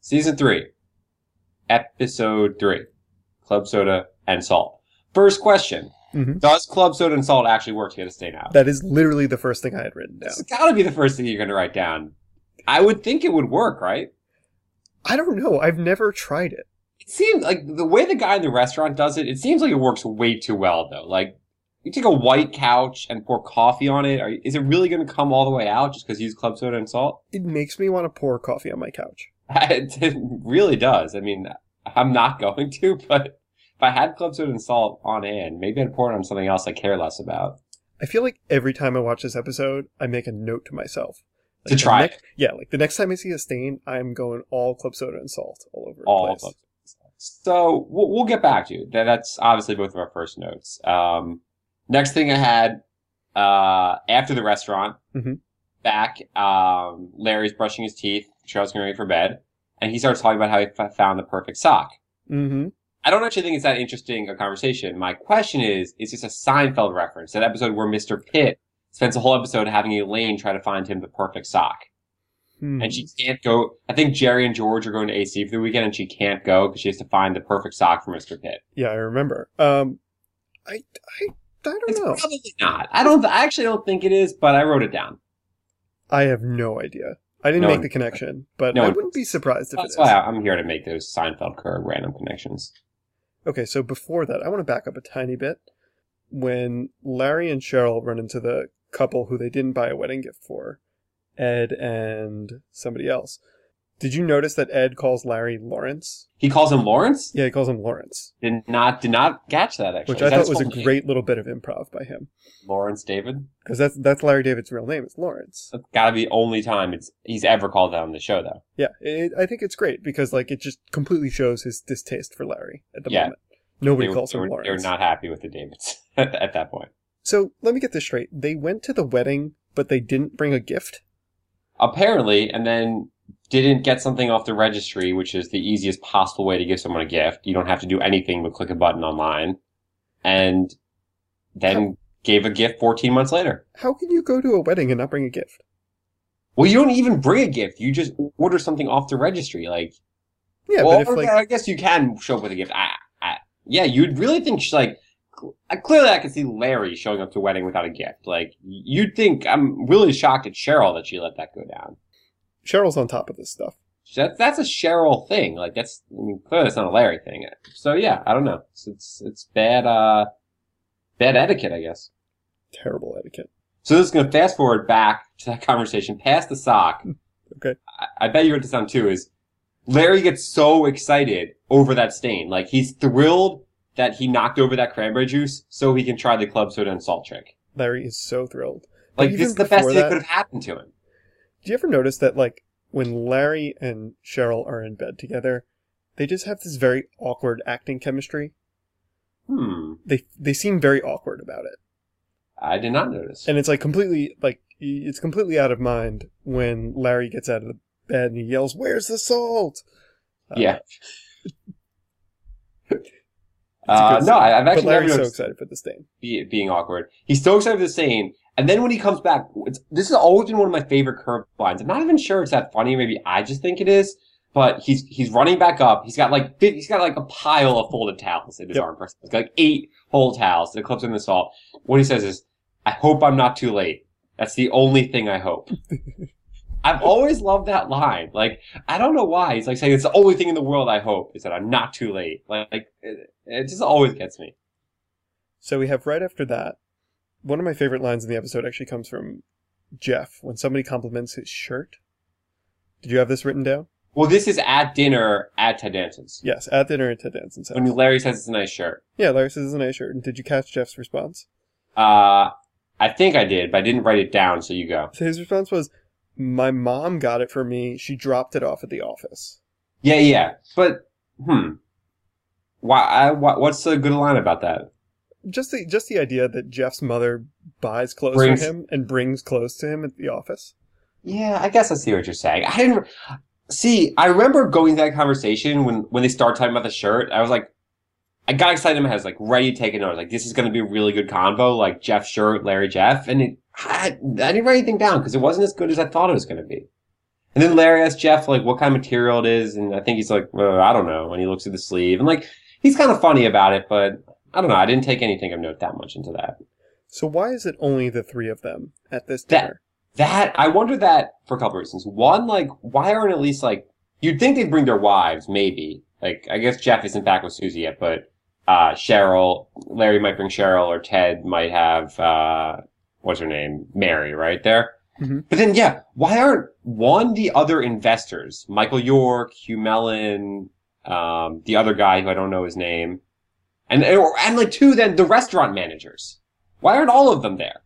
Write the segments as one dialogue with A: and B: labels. A: Season 3, Episode 3, Club Soda and Salt. First question
B: Mhm.
A: Does Club Soda and Salt actually work to get a stain out?
B: That is literally the first thing I had written down.
A: It's gotta be the first thing you're gonna write down. I would think it would work, right?
B: I don't know. I've never tried it.
A: It seems like the way the guy in the restaurant does it, it seems like it works way too well, though. Like, you take a white couch and pour coffee on it. Are, is it really going to come all the way out just because you use club soda and salt?
B: It makes me want to pour coffee on my couch.
A: It, really does. I mean, I'm not going to, but if I had club soda and salt on hand, maybe I'd pour it on something else I care less about.
B: I feel like every time I watch this episode, I make a note to myself. Like
A: To
B: the
A: try
B: nec- yeah, like the next time I see a stain, I'm going all club soda and salt all over
A: all
B: the
A: of them.
B: place.
A: So we'll, we'll get back to you. That, that's obviously both of our first notes. Um, next thing I had uh, after the restaurant,
B: Mhm.
A: back, um, Larry's brushing his teeth. Cheryl's getting ready for bed. And he starts talking about how he f- found the perfect sock.
B: Mm-hmm.
A: I don't actually think it's that interesting a conversation. My question is, is this a Seinfeld reference? That episode where Mr. Pitt spends a whole episode having Elaine try to find him the perfect sock
B: Mm-hmm. Hmm.
A: and she can't go. I think Jerry and George are going to AC for the weekend, and she can't go because she has to find the perfect sock for Mr. Pitt.
B: yeah, I remember. Um, I, I, I don't
A: It's
B: know.
A: probably not. I don't. I actually don't think it is, but I wrote it down.
B: I have no idea. I didn't
A: No
B: make
A: one-
B: the connection, but
A: no
B: I
A: one-
B: wouldn't be surprised if it
A: That's
B: is.
A: why I'm here to make those Seinfeld curve random connections.
B: Okay, so before that, I want to back up a tiny bit. When Larry and Cheryl run into the couple who they didn't buy a wedding gift for, Ed and somebody else, did you notice that Ed calls Larry Lawrence?
A: He calls him Lawrence.
B: Yeah, he calls him Lawrence,
A: Did not did not catch that actually.
B: which
A: Is
B: I
A: that his
B: thought was a
A: full name?
B: great little bit of improv by him
A: Lawrence David.
B: because that's that's Larry David's real name. It's Lawrence.
A: That's gotta be the only time it's he's ever called that on the show though.
B: Yeah, it, I think it's great because like it just completely shows his distaste for Larry at the
A: Yeah.
B: moment. Nobody
A: were-
B: calls him
A: were,
B: Lawrence.
A: they were not happy with the Davids at, at that point.
B: So let me get this straight. They went to the wedding, but they didn't bring a gift.
A: apparently, and then didn't get something off the registry, which is the easiest possible way to give someone a gift. You don't have to do anything but click a button online, and then gave a gift 14 months later.
B: How can you go to a wedding and not bring a gift?
A: Well, you don't even bring a gift; you just order something off the registry. Like,
B: Yeah,
A: well,
B: but if like
A: I guess you can show up with a gift. I, I, yeah, you'd really think she's like. I, clearly, I could see Larry showing up to a wedding without a gift. Like, you'd think I'm really shocked at Cheryl that she let that go down.
B: Cheryl's on top of this stuff.
A: That's that's a Cheryl thing. Like that's I mean, clearly that's not a Larry thing. So yeah, I don't know. It's it's, it's bad uh bad etiquette, I guess.
B: Terrible etiquette.
A: So this is gonna fast forward back to that conversation past the sock.
B: Okay.
A: I, I bet you wrote this down too. Is Larry gets so excited over that stain, like he's thrilled that he knocked over that cranberry juice, so he can try the club soda and salt trick.
B: Larry is so thrilled. But
A: Like
B: even
A: this is the best
B: before
A: thing that
B: that-
A: could have happened to him.
B: Do you ever notice that like when Larry and Cheryl are in bed together, they just have this very awkward acting chemistry.
A: Hmm.
B: They they seem very awkward about it.
A: I did not notice.
B: And it's like completely like y- it's completely out of mind when Larry gets out of the bed and he yells, "Where's the salt?" Uh,
A: yeah.
B: a
A: Uh,
B: good
A: no,
B: scene.
A: I, I've
B: But
A: actually never
B: Larry's so
A: noticed.
B: excited for this thing.
A: be, being awkward. He's so excited for the scene, and then when he comes back, it's, this has always been one of my favorite curve lines. I'm not even sure it's that funny. Maybe I just think it is. But he's he's running back up. He's got like fif- he's got like a pile of folded towels in his
B: Yep.
A: arm. First, he's got like eight whole towels. The clips in the salt. What he says is, "I hope I'm not too late. That's the only thing I hope." I've always loved that line. Like I don't know why he's like saying it's the only thing in the world I hope is that I'm not too late. Like, like it, it just always gets me.
B: So we have right after that, one of my favorite lines in the episode actually comes from Jeff when somebody compliments his shirt. Did you have this written down?
A: Well, this is at dinner at Ted Danson's.
B: Yes, at dinner at Ted Danson's house.
A: When Larry says it's a nice shirt.
B: yeah, Larry says it's a nice shirt. And did you catch Jeff's response?
A: Uh, I think I did, but I didn't write it down, so you go.
B: So his response was, "My mom got it for me. She dropped it off at the office."
A: Yeah, yeah. But, hmm. Why, I, why, what's so good a line about that?
B: Just the just the idea that Jeff's mother buys clothes
A: Brings-
B: for him and brings clothes to him at the office.
A: Yeah, I guess I see what you're saying. I didn't. See, I remember going to that conversation when, when they started talking about the shirt. I was like, I got excited in my head. I was like, ready to take a note. Like, this is going to be a really good convo. Like, Jeff shirt, Larry Jeff. And it, I, I didn't write anything down because it wasn't as good as I thought it was going to be. And then Larry asks Jeff like what kind of material it is, and I think he's like, well, I don't know. And he looks at the sleeve, and like he's kind of funny about it, but I don't know. I didn't take anything of note that much into that.
B: So why is it only the three of them at this
A: That-
B: dinner?
A: That I wonder that for a couple reasons. One, like why aren't at least like you'd think they'd bring their wives, maybe. Like I guess Jeff isn't back with Susie yet, but uh, Cheryl, Larry might bring Cheryl, or Ted might have uh, what's her name, Mary, right there.
B: Mhm.
A: But then, yeah, why aren't one the other investors, Michael York, Hugh Mellon, um, the other guy who I don't know his name, and and, and like two then the restaurant managers. Why aren't all of them there?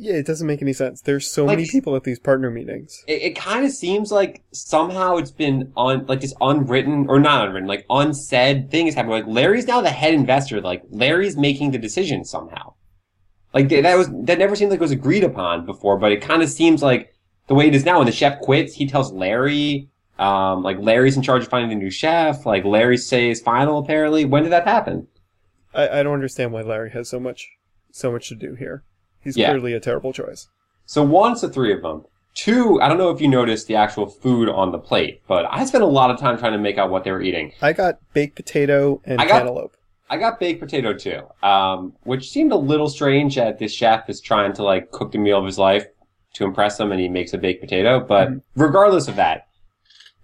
B: Yeah, it doesn't make any sense. There's so
A: Like-
B: many people at these partner meetings.
A: it, it kind of seems like somehow it's been on like this unwritten or not unwritten like unsaid thing is happening like larry's now the head investor like larry's making the decision somehow like th- that was that never seemed like it was agreed upon before but it kind of seems like the way it is now when the chef quits he tells larry um, like larry's in charge of finding the new chef like larry says final apparently when did that happen
B: I, I don't understand why Larry has so much so much to do here. He's
A: Yeah.
B: clearly a terrible choice.
A: So one's the three of them. Two, I don't know if you noticed the actual food on the plate, but I spent a lot of time trying to make out what they were eating.
B: I got baked potato and
A: I got-
B: cantaloupe.
A: I got baked potato too, um, which seemed a little strange that this chef is trying to like cook the meal of his life to impress them, and he makes a baked potato. But
B: Mhm.
A: regardless of that,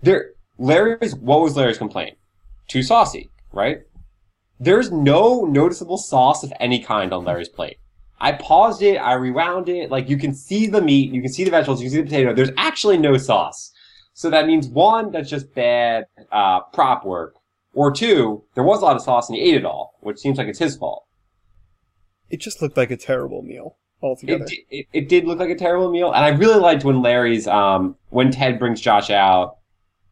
A: there Larry's what was Larry's complaint? Too saucy, right? There's no noticeable sauce of any kind on Larry's plate. I paused it, I rewound it, like you can see the meat, you can see the vegetables, you can see the potato. There's actually no sauce. So that means one, that's just bad uh, prop work. Or two, there was a lot of sauce and he ate it all, which seems like it's his fault.
B: It just looked like a terrible meal altogether.
A: It, di- it, it did look like a terrible meal, and I really liked when Larry's um when Ted brings Josh out,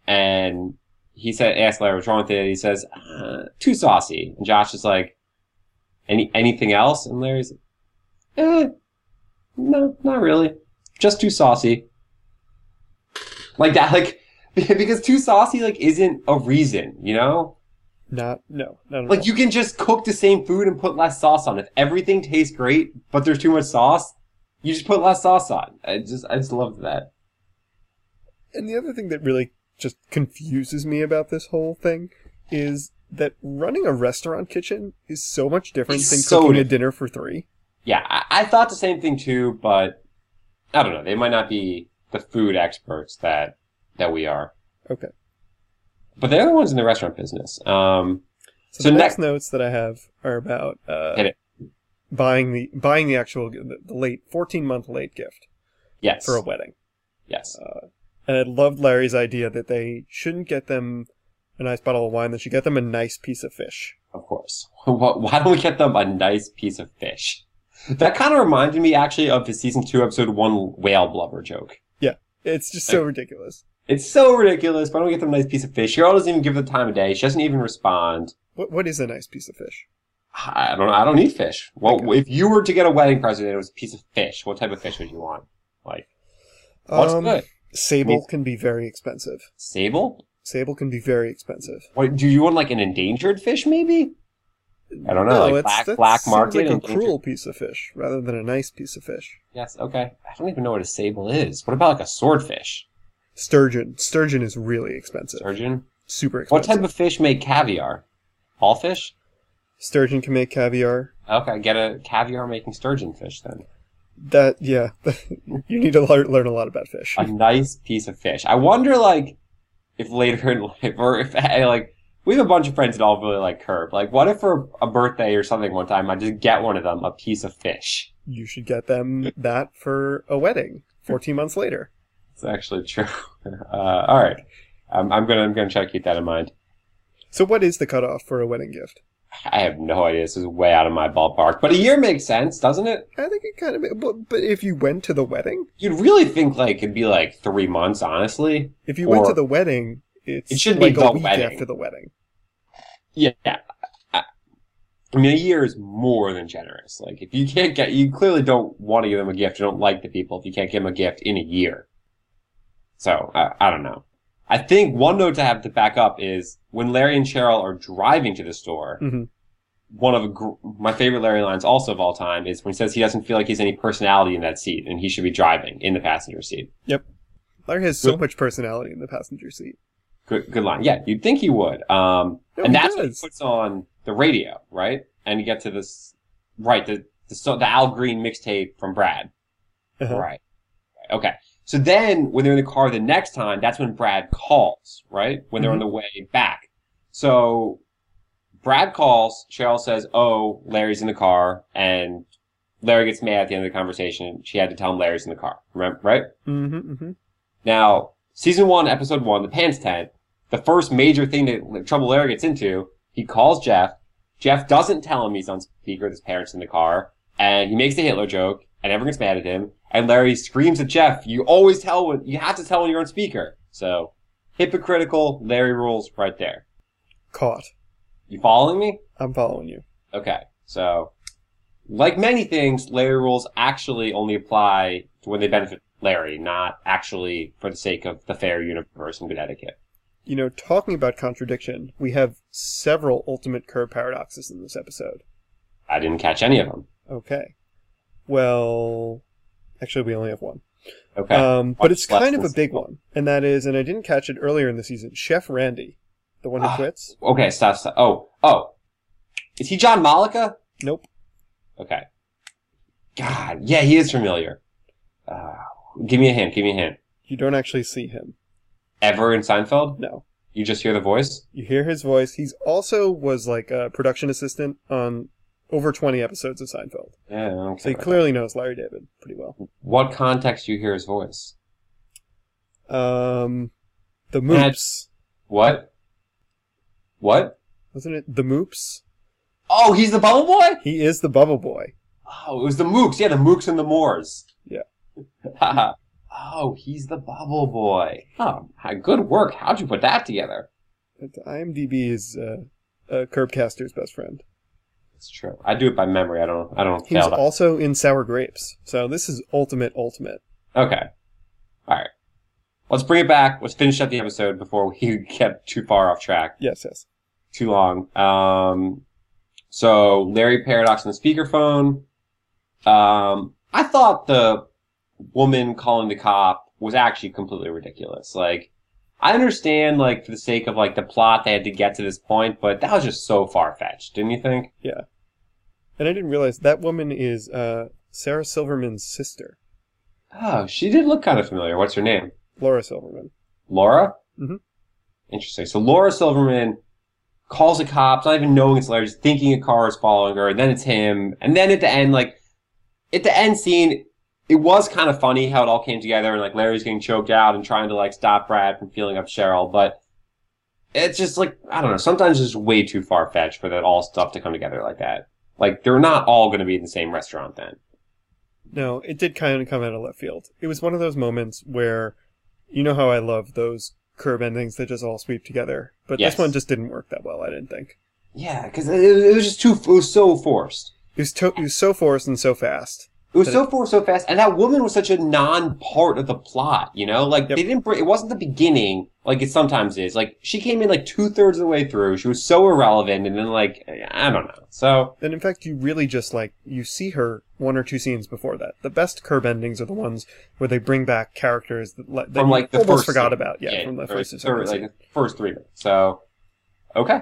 A: and he said asks Larry what's wrong with it. He says uh, too saucy, and Josh is like, any anything else? And Larry's, eh, no, not really, just too saucy. Like that, like because too saucy like isn't a reason, you know.
B: not no, not at all.
A: Like you can just cook the same food and put less sauce on. If everything tastes great, but there's too much sauce, you just put less sauce on. I just I just loved that.
B: And the other thing that really just confuses me about this whole thing is that running a restaurant kitchen is so much different
A: It's
B: than
A: so
B: cooking a
A: different.
B: dinner for three.
A: Yeah, I, I thought the same thing too, but I don't know. They might not be the food experts that that we are.
B: Okay.
A: But they're the ones in the restaurant business. Um,
B: So,
A: So
B: the
A: ne-
B: next notes that I have are about
A: Hit
B: uh,
A: it.
B: buying the buying the actual g- the the late fourteen month late gift
A: yes,
B: for a wedding.
A: yes,
B: And I loved Larry's idea that they shouldn't get them a nice bottle of wine; they should get them a nice piece of fish.
A: of course. Wh- Why don't we get them a nice piece of fish? That kind of reminded me actually of the season two episode one whale blubber joke.
B: It's just so ridiculous.
A: It's so ridiculous. Why don't we get them a nice piece of fish? Cheryl doesn't even give the time of day. She doesn't even respond.
B: What what is a nice piece of fish?
A: I don't. I don't need fish. Well,
B: Okay.
A: if you were to get a wedding present, and it was a piece of fish. What type of fish would you want? Like what's good?
B: Um, Sable
A: Me-
B: can be very expensive.
A: Sable?
B: Sable can be very expensive.
A: What, do you want like an endangered fish? Maybe. I don't know.
B: No,
A: like
B: it's-
A: black
B: that
A: black
B: seems
A: market
B: like a
A: endangered-
B: cruel piece of fish rather than a nice piece of fish.
A: Yes. Okay. I don't even know what a sable is. What about like a swordfish?
B: Sturgeon. Sturgeon is really expensive.
A: Surgeon.
B: Super
A: What
B: expensive.
A: type of fish make caviar? All fish.
B: Sturgeon can make caviar.
A: Okay. Get a caviar making sturgeon fish then.
B: That yeah, you need to learn, learn a lot about fish.
A: a nice piece of fish. I wonder, like, if later in life, or if I, like, we have a bunch of friends that all really like curb. Like, what if for a birthday or something one time, I just get one of them a piece of fish?
B: You should get them that for a wedding. Fourteen months later.
A: It's actually true. Uh, all right, Um, I'm, I'm gonna I'm gonna try to keep that in mind.
B: So what is the cutoff for a wedding gift?
A: I have no idea. This is way out of my ballpark, but a year makes sense, doesn't it?
B: I think it kind of. But, but if you went to the wedding,
A: You'd really think like it'd be like three months, honestly.
B: if you went
A: Or-
B: to the wedding, it's
A: It should be
B: like
A: the
B: a week
A: wedding.
B: after the wedding.
A: Yeah. I, I mean, a year is more than generous. Like, if you can't get, you clearly don't want to give them a gift. You don't like the people if you can't give them a gift in a year. So, I, I don't know. I think one note to have to back up is when Larry and Cheryl are driving to the store,
B: Mhm.
A: one of gr- my favorite Larry lines also of all time is when he says he doesn't feel like he's any personality in that seat and he should be driving in the passenger seat.
B: Larry has so much personality in the passenger seat.
A: Good, good line. Yeah, you'd think he would. Um,
B: No,
A: and
B: he
A: that's what he
B: does.
A: puts on the radio, right? And you get to this, right? The the, so- the Al Green mixtape from Brad,
B: Uh-huh.
A: right? Right, Okay. So then, when they're in the car the next time, that's when Brad calls, right? When they're
B: Mm-hmm.
A: on the way back. So Brad calls. Cheryl says, "Oh, Larry's in the car," and Larry gets mad at the end of the conversation. She had to tell him Larry's in the car, remem- right?
B: Mm-hmm, hmm
A: Now, season one, episode one, the pants tent, the first major thing that Trouble Larry gets into, he calls Jeff. Jeff doesn't tell him he's on speaker, with his parents in the car, and he makes the Hitler joke, and everyone gets mad at him, and Larry screams at Jeff, you always tell when, you have to tell when you're on speaker. So, hypocritical Larry rules right there.
B: Caught.
A: You following me?
B: I'm following you.
A: Okay, so, like many things, Larry rules actually only apply to when they benefit Larry, not actually for the sake of the fair universe and good etiquette.
B: You know, talking about contradiction, we have several ultimate curve paradoxes in this episode.
A: I didn't catch any of them.
B: Okay. Well, actually, we only have one.
A: Okay.
B: Um, but it's
A: Less
B: kind of a
A: than-
B: big one, and that is, and I didn't catch it earlier in the season. Chef Randy, the one who
A: Ah.
B: quits.
A: okay, stop, stop. Oh, oh. Is he John Malika?
B: Nope.
A: Okay. God, yeah, he is familiar. Uh, give me a hint, give me a hint.
B: You don't actually see him.
A: Ever in Seinfeld?
B: No.
A: You just hear the voice?
B: You hear his voice. He's also was like a production assistant on over 20 episodes of Seinfeld.
A: Yeah, okay.
B: So he clearly knows Larry David pretty well.
A: what context do you hear his voice?
B: Um, the
A: That's-
B: Moops.
A: What? What?
B: Wasn't it the Moops?
A: Oh, he's the bubble boy?
B: He is the Bubble Boy.
A: Oh, it was the mooks. Yeah, the mooks and the moors.
B: Yeah.
A: oh, he's the bubble boy. Oh, good work. How'd you put that together?
B: But IMDb is uh, uh, Curbcaster's best friend.
A: It's true. I do it by memory. I don't. I don't
B: He was
A: fail that.
B: also in Sour Grapes. So this is ultimate, ultimate.
A: okay. All right. Let's bring it back. Let's finish up the episode before we get too far off track,
B: Yes, yes.
A: too long. Um, so Larry paradox on the speakerphone. Um, I thought the woman calling the cop was actually completely ridiculous. Like, I understand, like, for the sake of like the plot, they had to get to this point, but that was just so far fetched, didn't you think?
B: And I didn't realize that woman is uh, Sarah Silverman's sister,
A: Oh, she did look kind of familiar. What's her name?
B: Laura Silverman.
A: Laura?
B: Mhm.
A: Interesting. So Laura Silverman calls the cops, not even knowing it's Larry, just thinking a car is following her, and then it's him. And then at the end, like, at the end scene, it was kind of funny how it all came together, and like Larry's getting choked out and trying to like stop Brad from feeling up Cheryl, but it's just like, I don't know, sometimes it's way too far fetched for that all stuff to come together like that. Like, they're not all going to be in the same restaurant then.
B: No, it did kind of come out of left field. It was one of those moments where, you know how I love those curb endings that just all sweep together, but
A: Yes.
B: this one just didn't work that well. I didn't think
A: Yeah, because it, it was just too, it was so forced.
B: it was, to- it was so forced and so fast.
A: It was
B: But
A: so forced, so fast, and that woman was such a non-part of the plot. You know, like
B: Yep.
A: they didn't. Bring, it wasn't the beginning, like it sometimes is. Like she came in like two thirds of the way through. She was so irrelevant, and then like I don't know. So
B: And in fact, you really just like you see her one or two scenes before that. The best curb endings are the ones where they bring back characters that, le- that
A: from
B: you
A: like the first
B: almost forgot
A: scene.
B: about. Yeah, from the
A: or
B: first or
A: third,
B: second
A: like the first three minutes. So okay,